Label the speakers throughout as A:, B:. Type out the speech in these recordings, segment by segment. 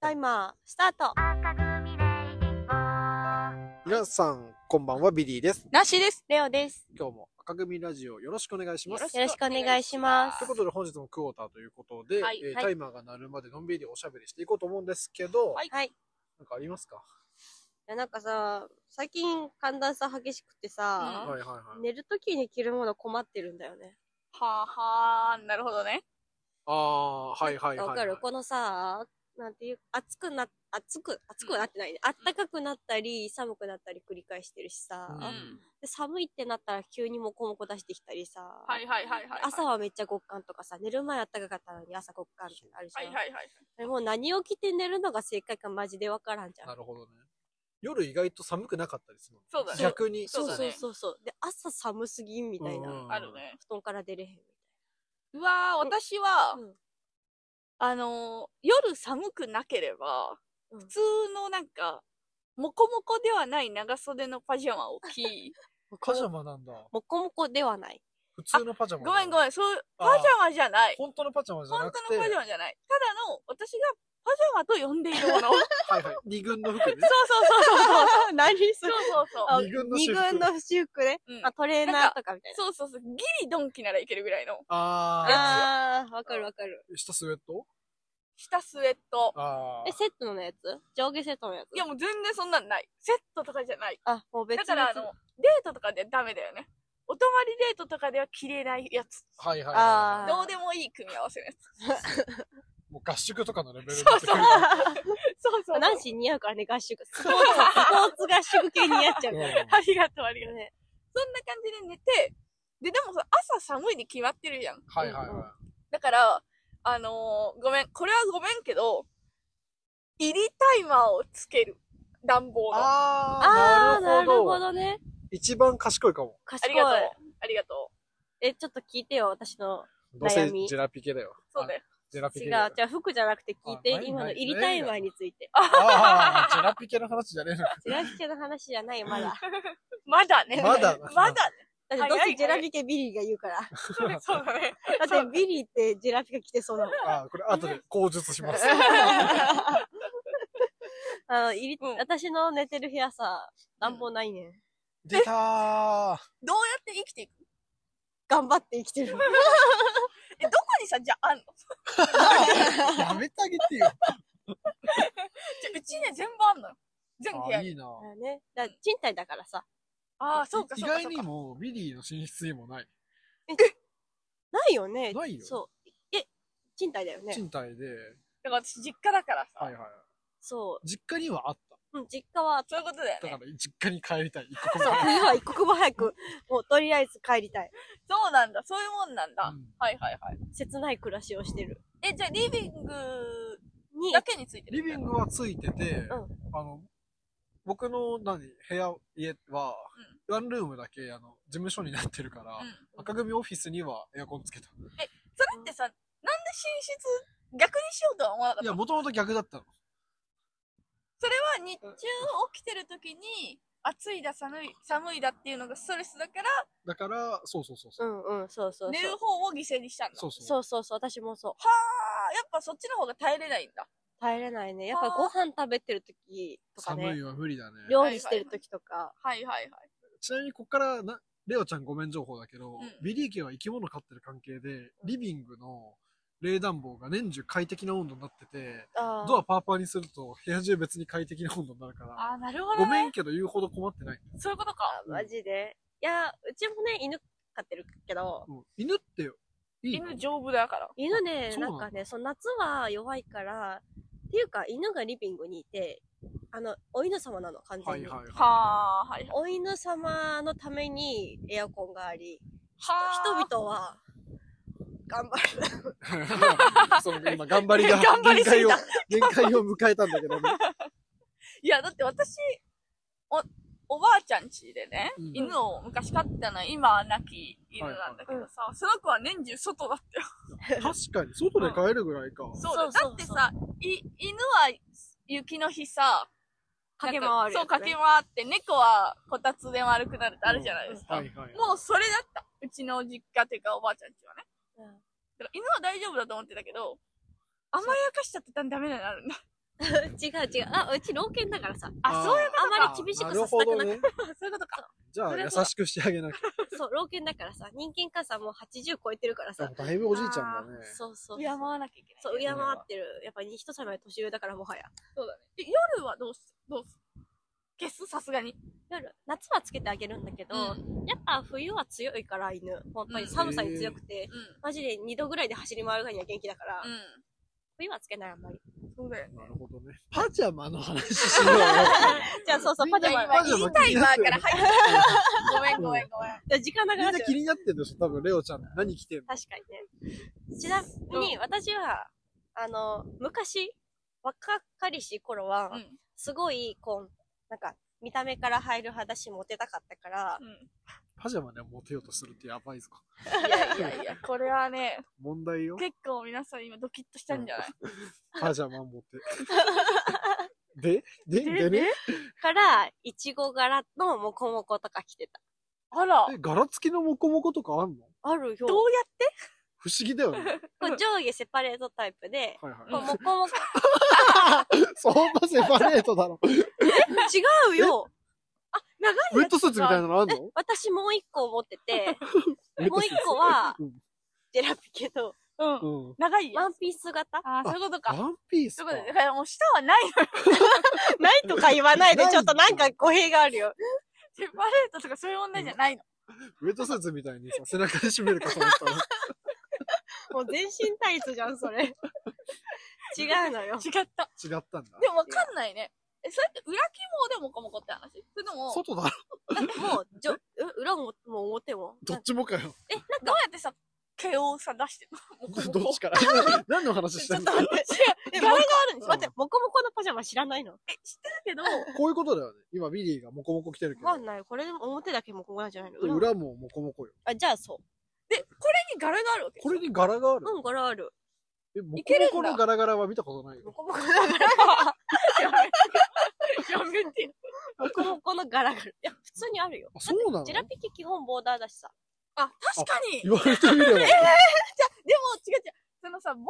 A: タイマースタート
B: 皆さん、こんばんは、ビリーです。
C: なしです。
A: レオです
B: 今日も赤組ラジオよろしくお願いします。
A: よろしくお願いします
B: ということで、本日もクォーターということで、
C: はい
B: えー
A: はい
B: タイマーが鳴るまでのんびりおしゃべりしていこうと思うんですけど、
C: はい
A: はいい
B: なんかありますか、
A: やなんかさ最近寒暖差激しくて
C: うん
A: さ、
B: はいはいはい。
A: 寝るときに着るもの困ってるんだよね
C: はあはあ、なるほどね。
B: あー、はいはいはい、
A: わ
B: はい。
A: かるこのさなんていう暑くな暑く暑くはなってないね暖かくなったり寒くなったり繰り返してるしさ、
B: うん
C: うん。
A: で寒いってなったら急にもこもこ出してきたりさ、
C: はいはいはいはい。
A: 朝
C: は
A: はめっちゃ極寒とかさ寝る前暖かかったのに朝極寒ってあるじゃ
C: い
A: ん、
C: はいはいはい。
A: あれもう何を着て寝るのが正解かマジでわからんじゃん
B: なるほどね。夜意外と寒くなかったりするの。
C: そうだね
B: 逆に。
A: そう
C: だ
A: そう
C: ね
A: そうそう。で、朝寒すぎんみたいな。
B: うん
A: 布
C: あるね。
A: 団から出れへんみ
C: うわー、私
A: た、
C: はい
A: な。
C: あのー、夜寒くなければ、
A: うん
C: 普通のなんか、もこもこではない長袖のパジャマを着、
B: パジャマなんだ。
A: もこもこではない。
B: 普通のパジャマ。
C: ごめんご
B: ん。
C: めん、そう、
B: あ
C: パジャマじゃない。
B: 本当のパジャマじゃ
C: 本
B: なく
C: 当
B: て、
C: のパジャマじゃない。ただの、私がパジャマと呼んでいるもの。そう
B: はいはい。二軍の服ね。
C: そうそうそう。
A: 何そ
C: そうそう そう。
A: あ
B: 二軍の
A: 二
B: 私服。
A: 軍の私服ね。
C: うん
A: あ、トレーナーとかみたい
C: そうそうそう。ギリドンキならいけるぐらいの。
B: あ
A: な。あー、わかるわかる。
B: ー。下スウェット
C: 下スウェット。
B: あー。
A: え、セットのやつ上下セットのやつ
C: いやもう全然そんなんない。セットとかじゃない。
A: あ、もう別
C: だ
A: に。
C: からあの、デートとかでダメだよね。お泊まりデートとかでは着れないやつ。
B: はいはいはい、
A: あー
C: どうでもいい組み合わせの やつ。
B: もう合宿とかのレベル
C: そうそう
B: う。
C: そうそう。
A: 男子似合うからね、合宿。スポーツ、スポーツ合宿系似合っちゃう
B: う
A: か
B: ん
A: ら
C: ありがとう、ありがとう。
A: ね。
C: そんな感じで寝て、で、でもさ、朝寒いに決まってるじゃん。
B: はいはいは
C: だから、あのーごめん、これはごめんけど、入りタイマーをつける。暖房
B: い。
C: の。
B: あ
A: あー、なるほ。どね。
B: 一番賢いかも。
A: 賢
C: あ
A: い
C: り。がとう。ありがとう。
A: え、ちょっと聞いてよ、私の。
B: どうせ
A: 悩み
B: ジェラピケだよ。
C: そうだよ。
B: あ。ジェラピ
A: 違う、
B: ケ
A: じ
B: だ
A: ゃ
B: よ。
A: あ服じゃなくて聞い
B: あない
A: て、今の
B: ない
A: 入りタイマーについて。
B: ああ、ジェラピケの話じゃねえのか。
A: ジェラピケの話じゃないよ、まだ。
C: まだね。
B: まだ
C: まだね。
A: だってどうせジェラピケビリーが言うから。
C: そうだね。
A: だってビリーってジェラピケ着てそうだもん。
B: あーこれ後で口述します。
A: あの、入り、
C: うん
A: 私の寝てる部屋さ、暖房ないねん。
B: 出たー。
C: どうやって生きていく
A: 頑張って生きてる。
C: え、どこにさ、じゃあ、あんの
B: やめてあげてよ。
C: じゃうちね、全部あんのよ。全部
B: あ
C: 部屋
B: ー
C: に。
B: いいな。
A: だからね。だから賃貸だからさ。
C: ああ、そうか、
B: 意
C: そうか。
B: 外
C: そう
B: に
C: か
B: も、ミリーの寝室にもない。
A: ないよね。
B: ないよ
A: そう。え、賃貸だよね。
B: 賃貸で、
C: だから私、実家だからさ。
B: はいはい。
A: そ
B: 実家にはあっ
A: う。うん、実家は、
C: そういうことだよ
B: た。だ
C: ね
B: か。ら、実家に帰りたい。一刻も
A: そう、冬は一刻も早く、もうとりあえず帰りたい。
C: そうなんだ、そういうもんなんだ。
B: うん
C: はいはいはい。
A: 切ない暮らしをしてる。
C: え、じゃあ、リビング
A: に
C: だ、けについて
B: リ
C: る
B: ビングはついてて、
A: うん
B: あの、僕の何、部屋、家は、ワンルームだけ、あの、事務所になってるから、
C: うん。
B: 赤組オフィスにはエアコンつけた。
C: それってさ、なんで寝室逆にしようとは思わなかっ
B: い
C: た
B: や、
C: の
B: もともと逆だったの。
C: それは日中起きてる時に、暑いだ寒い、寒いだっていうのがストレスだか
B: だから、そうそうそうそうう。
A: んうん、そうそうそ
C: ら、
A: う。
C: 寝る方を犠牲にしたんだ。
B: そうそう。
A: そうそうそう、私もそう。
C: はあ、やっぱそっちの方が耐えれないんだ。
A: 耐えれないね。やっぱご飯食べてる時とか
B: 寒
A: ね
B: い。は無理だね。
A: 料理してる時とか。
C: はいはいはい。
B: ちなみに、こっからな、レオちゃんごめん情報だけど、
C: うん
B: ビリー家は生き物飼ってる関係で、リビングの冷暖房が年中快適な温度になってて、
A: あ
B: ドアパーパーにすると部屋中別に快適な温度になるから、
C: あー、なるほど
B: ごめ
C: ね。
B: んけど言うほど困ってない。
C: そういうことか。
A: マジで。いや、うちもね、犬飼ってるけど、
B: うん犬って、いいの
C: 犬丈夫だから。
A: 犬ね、
B: そうな
A: な
B: の
A: んかね、そう夏は弱いから、っていうか犬がリビングにいて、あの、お犬様なの、完
B: は
A: 全
B: い
A: に。
B: はいはい。
C: はあ、はいはい。
A: お犬様のためにエアコンがあり、
C: はあ。
A: 人々は、頑張る。
B: その今、頑張りが
C: 頑張
B: 限
C: りす
B: 界
C: ぎ
B: を
C: た、
B: 限界を迎えたんだけ どね。
C: いや、だって私、お、おばあちゃん家でね、
B: うん
C: 犬を昔飼ってたの、今は亡き犬なんだけどさ、その子は年中外だったよ。
B: 確かに、外で帰るぐらいか。
C: そうだよ
A: そうそうそう
C: だってさ、い、犬は雪の日さ、
A: 駆け
C: な
A: 回
C: んか
A: る、
C: そう、駆け回って、猫はこたつで丸くなるってあるじゃないですか。
B: はいはい。
C: もうそれだった。うちの実家っていうかおばあちゃん家はね。
A: うん
C: だから犬は大丈夫だと思ってたけど、甘やかしちゃってたらダメなのになるんだ。
A: 違う違う。あ、うち老犬だからさ。
C: あ、そういうこ
A: あんまり厳しく
B: な
A: さ
B: る
A: せた
B: ほ
A: く
B: ど
A: なく
B: ね。
C: とか、そういうことか。
B: じゃ
A: そ
B: あ、
A: れ
B: 優
A: はそう
B: しくしてあげなき
A: そう、老犬だからさ、人間かさ、もう80超えてるから
B: ゃ。
A: さ。
B: だいぶおじいちゃんだね。
A: そうそう。
C: 敬わなきゃいけない。
A: そう、敬ってる。やっぱり人様より年上だからもはや。
C: そうだね。え夜はどうす、どうす消すさすがに。
A: 夜、夏はつけてあげるんだけど、
C: うん。
A: やっぱ冬は強いから犬。本当に寒さに強くて、マジで2度ぐらいで走り回るぐらいには元気だから、
C: う
A: 冬はつけないあんまり。
C: ん。そうだよね。
B: なるほどね。パジャマの話し ようよ。
A: じゃあそうそう、パ
C: 今
A: ジャマ。
B: パジャマ
C: 言いたいわから入ってごめんごめんごめん。
A: じゃあ時間なく
B: み
A: なんっち
B: な
A: ゃ
B: 気
A: う。
B: になってるでしょ多分、レオちゃん。何着てんの
A: 確かにね。ちなみに、私は、あの、昔、若かりし頃は、
C: うん。
A: すごい、こう、なんか、見た目から入る派だし、モテたかったから、
B: パジャマでモテようとするってやばいぞ。
C: いやいやいや、これはね、
B: 問題よ。
C: 結構皆さん今ドキッとしたんじゃない
B: パジャマモテ。ででで
C: で
B: ね
A: から、いちご柄のモコモコとか着てた。
C: あら、
B: え、柄付きのモコモコとかあんの
A: あるよ。
C: どうやって
B: 不思議だよ ね。
A: こう上下セパレートタイプで、
B: はい
A: こう
B: は
A: モコモコ、
B: い。 そんなセパレートだろ。
A: 違うよ
C: 長いやつ
B: ウェットスーツみたいなのあん
A: え
B: の
A: 私もう一個持ってて、
B: ウェットスーツ
A: もう一個は
B: うん
A: ジェラピケの
C: うん。
B: うん。
C: 長いや
A: ワ
C: つ。
A: ンピース型
C: あー、そういうことか。
B: ワンピース
C: そう
B: か
C: いうことでだからもう舌はないのよ。
A: ないとか言わないで、
B: ない
A: ちょっとなんか語弊があるよ。
C: セパレートとかそういう問題じゃないの。
B: ウェットスーツみたいにさ、背中で締めるかと思ったら。
A: もう全身タイツじゃん、それ。違うのよ。
C: 違った。
B: 違ったんだ。
C: でもわかんないね。え、それって裏起毛でもこもこって話それとも、どう
B: 外だろ。
A: もう、じょ、う裏も、もう表も。
B: どっちもかよ。
C: やってさ、毛をさ出してるのもこもこ
B: どっちから。 何の話してんの
A: ちょっと待って
C: 違
A: 柄
C: う。柄
A: が
C: が
A: あるんです待って、モコモコのパジャマ知らないの
C: 知ってるけど、
B: こういうことだよね。今、ビリーがモコモコ着てるけ
A: わかん
B: ど。
A: ない。これでも表だけモコモコなんじゃないの
B: で
A: 裏
B: 裏もモコモコよ。
A: あ、じゃあそう。
C: で、これに柄があるわけ
B: これに柄がある。
A: うん、柄ある。
B: え、モ
C: い
B: コ
C: けるん
B: モ
C: だ
B: コの柄柄は見たことない
A: モ
B: よ。
A: コモコの柄が、
C: やめてよ。
A: モコモコの柄がある。いや、普通にあるよ。
B: あ、そうなの
A: ジェラピケ基本ボーダーだしさ。
C: あ、確かに。で
B: 言
C: も
B: われてみれば。
C: 違う違う。そのさ、ボー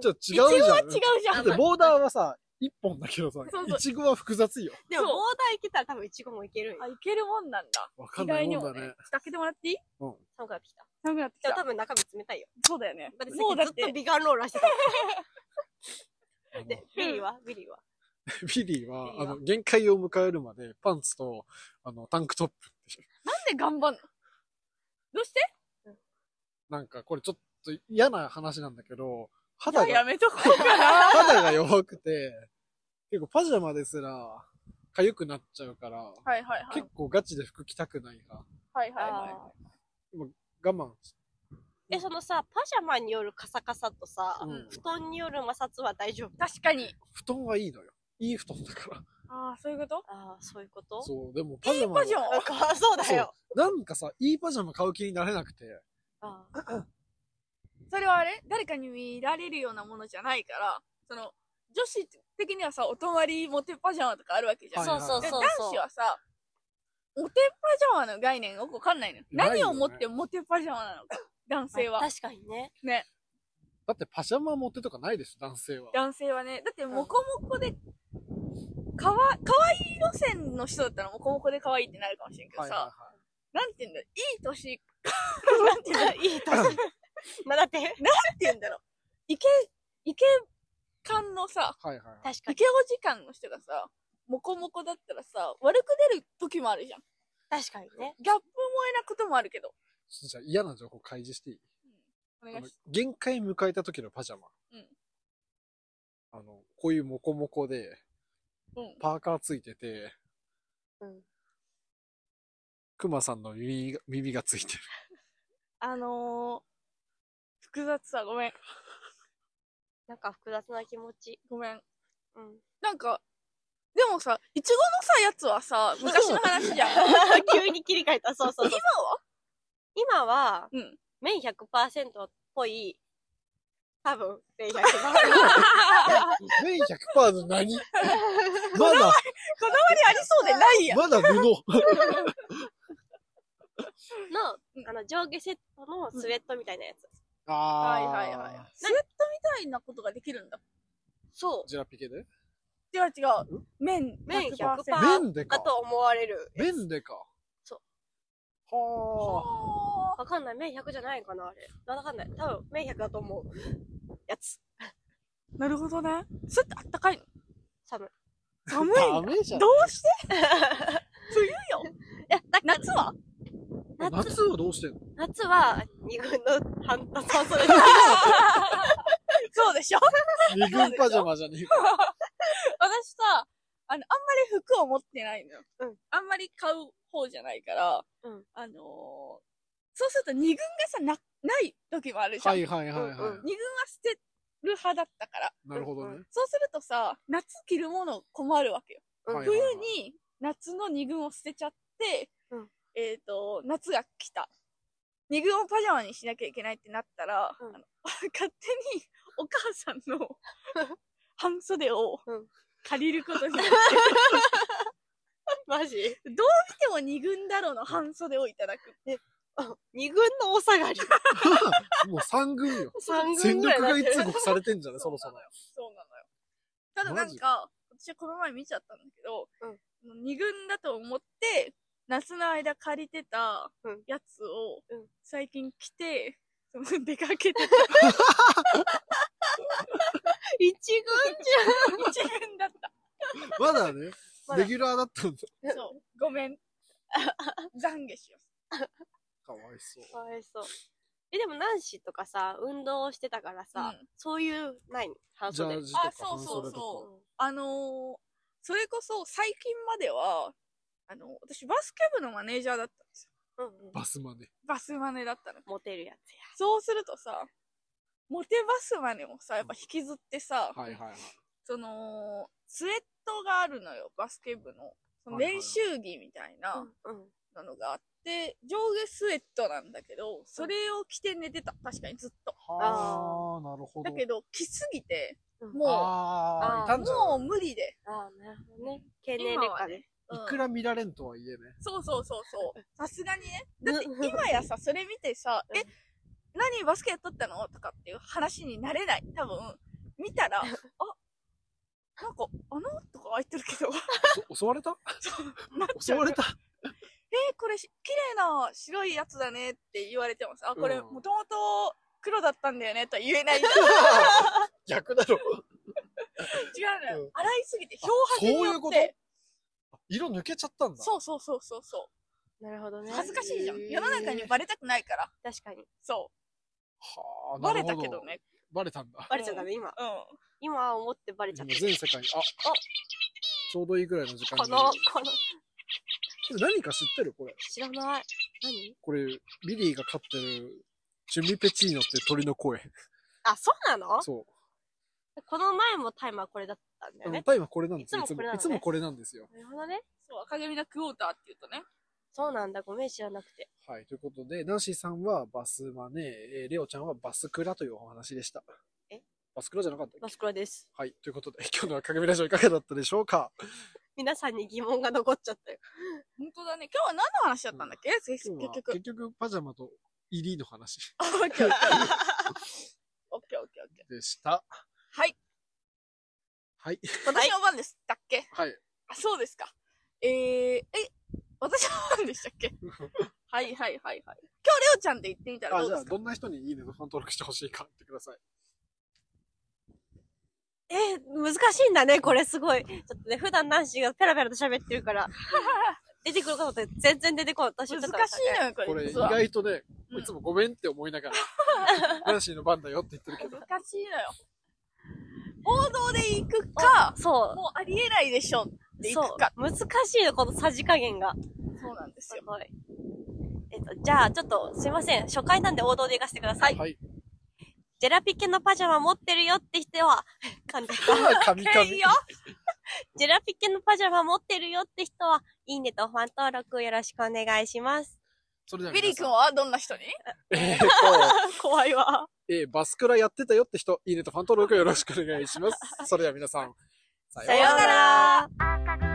C: ダーと
B: じゃあ違う
C: さ、
B: じゃん。
C: は違うじゃ
B: だ
C: ん。
B: ってボーダーはさ、一本だけどさ
C: そう、そう
B: いちごは複雑よ。
A: でも、
C: そ
A: ボ
C: う
A: ーダーいけたら多分イチゴもいけるんよ
C: あ、。いけるもんなんだ。
B: わかんないもんだ
C: 意外に
B: ね。
C: 開けてもらっていい
A: 寒くなってきた。
C: 寒くなってき
A: でも
C: た。
A: 多分中身冷たいよ。
C: そうだよね
A: だって。
C: もう
A: さ
C: だ
A: っ
C: っ
A: きずっと
C: て、
A: ビガンローラーしてた。
B: あの
A: で、ビリーはビリーは
B: ビリー
A: ビ
B: は、
A: リーは
B: あの、限界を迎えるまで、パンツと、あの、タンクトップ。
C: なんで頑張んのどうして
B: なんか、これちょっと嫌な話なんだけど、
C: じゃ
B: 肌
C: あや
B: が、
C: めとこうかな。
B: 肌が弱くて、結構パジャマですら、痒くなっちゃうから、
C: はいはいはい
B: 結。構ガチで服着たくないが、
C: はいはい
A: あ
C: は
B: 我慢し
A: ー。え、そのさ、パジャマによるカサカサとさ、
B: うん
A: 布団による摩擦は大丈夫
C: い。確かに。
B: 布団はいいのよ。いい布団だから。
C: ああ、そういうこと
A: ああ、そういうこと
B: そう、でもパジャマは
C: パジャマ
A: なんかそうだよ。
B: なんかさ、いいパジャマ買う気になれなくて、
A: あ
C: それはあれ誰かに見られるようなものじゃないから、その、女子的にはさ、お泊まりモテパジャマとかあるわけじゃん。
A: そうそう
C: で
A: そう
C: 男子はさ、モテパジャマの概念がよくわかんないのよ。
B: ないよね
C: 何をもってモテパジャマなのか。男性
A: ー
C: は。
A: 確かにね。
B: だってパジャマ持ってとかないでしょ、男性は。
C: 男性はね。だって、モコモコで、かわ、かわいい路線の人だったらモコモコで可愛いってなるかもしれんけど
B: はい
C: さ、
B: はいはい。
C: なんて言うんだろう、いい年、なんて言 うんだろう、いい年、なんて
A: な、だって、
C: 言うんだろう、イケ、イケ感のさ、
B: はいはいは
A: 確
B: い。
A: か
C: イ
A: に。
C: ケお時間の人がさ、モコモコだったらさ、悪く出る時もあるじゃん。
A: 確かにね。
C: ギャップ萌えなこともあるけど。
B: ちょっとじゃあ嫌な情報開示していい
C: お願いします。
B: あの限界迎えた時のパジャマ。
C: うん
B: あの、こういうモコモコで、
C: うん。
B: パーカーついてて、
A: うん
B: クマさんの耳が耳がついてる。
C: あのー、複雑さ、ごめん、
A: なんか複雑な気持ち。
C: ごめん。
A: うん。
C: なんか、でもさ、いちごのさ、やつはさ、昔の 話じゃん。今
A: 急に切り替えた。そうそうそう。
C: は
A: 今は、
C: うん。
A: 麺100%っぽい、多分、麺100%。
B: メイン100%の何まだ、
C: こだわりありそうでないやん。
B: まだ布。
A: の
C: う、ん
A: あの、上下セットのスウェットみたいなやつ。
B: あ
C: は
B: ー
C: いはいはい。スウェットみたいなことができるんだ。
A: そう。
B: ジェラピケで
C: 違う違う。麺
A: 麺
C: 100%。
A: 100%あ
B: 麺で
A: だ
B: か。
A: と思われる。
B: 麺でか。。
A: そう
B: は
C: は
A: わかんない。麺100じゃないかな、あれ。わかんない。多分、麺100だと思う。やつ。
C: ーなるほどね。それってあったかいの
A: 寒い。
C: 寒い
B: あ。
C: の
B: ダメじゃん
C: ど。うして冬
A: い
C: よ。
A: や、だ
C: 夏は
A: 夏、
B: 夏はどうしてんの
A: 夏は、二軍の半端そうそれ
C: そうでしょ
B: 二軍パジャマじゃねえか。
C: 私さ、あの、あんまり服を持ってないのよ。
A: うん
C: あんまり買う方じゃないから、
A: うん
C: あのーそうすると二軍がさ、な、ない時もあるじゃん。
B: はいはいはいはい。
A: うんうん
C: 二軍は捨てる派だったから。
B: なるほどね。
C: そうするとさ、夏着るもの困るわけよ。
A: うん
B: はいはい
C: 冬
B: はい、
C: に夏の二軍を捨てちゃって、
A: うん
C: えっ、と、夏が来た。二軍をパジャマにしなきゃいけないってなったら、
A: うん
C: あの 勝手にお母さん の半袖を
A: うん
C: 借りることになって、
A: マジ
C: どう見ても二軍だろうの半袖をいただく。
A: あ 二軍のお下がり。
B: もう三軍よ。
A: 三軍
B: 戦
A: ぐら
B: 力
A: いになってる
B: 外通告されてんじゃないそろそろ。
C: そうなのよ。ただ
B: マ
C: な
B: ジ
C: んか、私はこの前見ちゃったんだけど、二軍だと思って、夏の間借りてた
A: うん
C: やつを
A: うん、
C: 最近着て、その出かけてた
A: 一軍じゃん。
C: 一軍だった。
B: まだね
A: ま、だ
B: レギュラーだったんだ。
C: そう。ごめん。 懺悔しよ
B: かわいそう。
A: かわいそう。え、でも、男子とかさ、運動してたから
C: う。
A: さ、
C: うん
A: そういう、ない半
B: ジャ
A: 袖
B: ー。ジとか
C: あそう
B: 半
C: そう
B: 袖とか。
C: そうあのーそれこそ最近までは、あの私バスケ部のマネージャーだったんですよ。
A: うんうん。
B: バスマネ。
C: バスマネだったの。
A: モテるやつや。
C: そうするとさ、モテバスマネもさ、やっぱ引きずってさ、
B: はいはいはい。
C: その、スウェットがあるのよ、バスケ部の。その
B: はいはい
C: 練習着みたいな
A: うんうん。
C: なのがあって、上下スウェットなんだけど、それを着て寝てた。確かにずっと。
B: はあ、なるほど。
C: だけど、着すぎて、
A: うん
C: も
A: あ
B: ああ、
A: ー
B: いた
C: う、
B: んじゃ
C: も
B: な
C: う無理で。
A: ああ、なるほどね。経年劣化で。
C: うん
B: いいくら見られんとはいえね。
C: そうそうそうそう。さすがにね。だって
A: うん
C: 今やさ、それ見てさ、
A: うん
C: え、何バスケやっとったのとかっていう話になれない。多分、見たら、あ、なんか、あのとか開いてるけど、
B: そ襲われた
C: なっち
B: 襲
C: ゃう
B: われた
C: えーこれし綺麗な白いやつだねって言われてます。あ、これ
B: うん
C: もともと黒だったんだよねとは言えない。違う
B: 逆だろ。う
C: の
B: ん
C: よ。洗いすぎて、
B: あ
C: 漂白によ
B: そういうこ
C: っ
B: と
C: て。
B: 色抜けちゃったんだ。
C: そうそうそうそうそ
A: なるほど
C: う。
A: ね。
C: 恥ずかしいじゃん。
B: へー
C: 世の中にバレたくないから。
A: 確かに。
C: そ
B: は
C: う。
B: あ、
C: バ
B: なる
C: レ
B: ほど
C: たけど。ね。
B: バレたんだ。
A: バレちゃダメ、今。
C: うん。
A: 今は思ってバレちゃ
B: 今
A: っ
B: 全世界に、あ、
A: あ
B: ちょうどいいぐらいの時
A: た。
B: 間
A: こ
B: に。
A: の、この、
B: 何か知ってるこれ。
A: 知らない。何
B: これ、ビリーが飼ってる、チュミペチーノって鳥の声。
A: あ、そうなの
B: そ
A: この前もタイマーこれだったんだ
B: う。
A: よね。
B: タイはこれなんですよ。
A: いつもこれなの
B: い
A: ね
B: つもこれなんですよ。
A: なるほどね。
C: そう、赤髪のクォーターっていうとね。
A: そうなんだ。ごめん、知らなくて。
B: はい。ということで、ナンシーさんはバスマネ、えーレオちゃんはバスクラというお話でした。
A: え
B: バスクラじゃなかったっけ
A: マスクラです。
B: はい。ということで、 今日の赤組ラジオいかがだったでしょうか
A: 皆さんに疑問が残っちゃったよ。
C: 本当だね。今日は何の話だったんだっけ、結
B: 今日は
C: 結局
B: 結。局、パジャマとイリーの話
C: あオッケーオッケー。オッケーオッケーオッケー。
B: でした。
C: はい。
B: はい。
C: 私の番でしたっけ、
B: はい。
C: あ、そうですか。えー、え、私は何でしたっ けはいはいはいはい。今日、レオちゃんって言ってみたら
B: あ、
C: どう
B: じゃあ、
C: ですか
B: どんな人にいいねのファン登録してほしいか言ってください。
A: えー、難しいんだね、これすごい。ちょっとね、普段ナンシーがペラペラと喋ってる から、出てくることって全然出てこない。難し
C: 難しいのよ、こ
B: こ
C: れ。
B: れ、意
C: 実は難
B: 外とね、
C: うん
B: いつもごめんって思いながら、ナンシーの番だよって言ってるけど、
C: しいのよ。王道で行くか、
A: そ
C: もうありえないでしょって
A: う。
C: 行
A: そう
C: くか。。
A: 難しいの、このさじ加減が。
C: そうなんです
A: す
C: よ。
A: ごい。えっと、じゃあ、ちょっと、すいません。初回なんで王道で行かせてください。
B: はい。
A: ジェラピケのパジャマ持ってるよって人は、 噛んでた。
B: 神々。
C: いいよ
A: ジェラピケのパジャマ持ってるよって人は、いいねとファン登録よろしくお願いします。
B: それでは
C: ビ
B: 皆
C: リ
B: さ
C: 君
B: ん、
C: はどんな人に
B: えーっと、
A: 怖いわ。
B: えーバスクラやってたよって人、 いいねとファン登録よろしくお願いします。それでは皆さん、さ
A: さようなら。
D: 赤組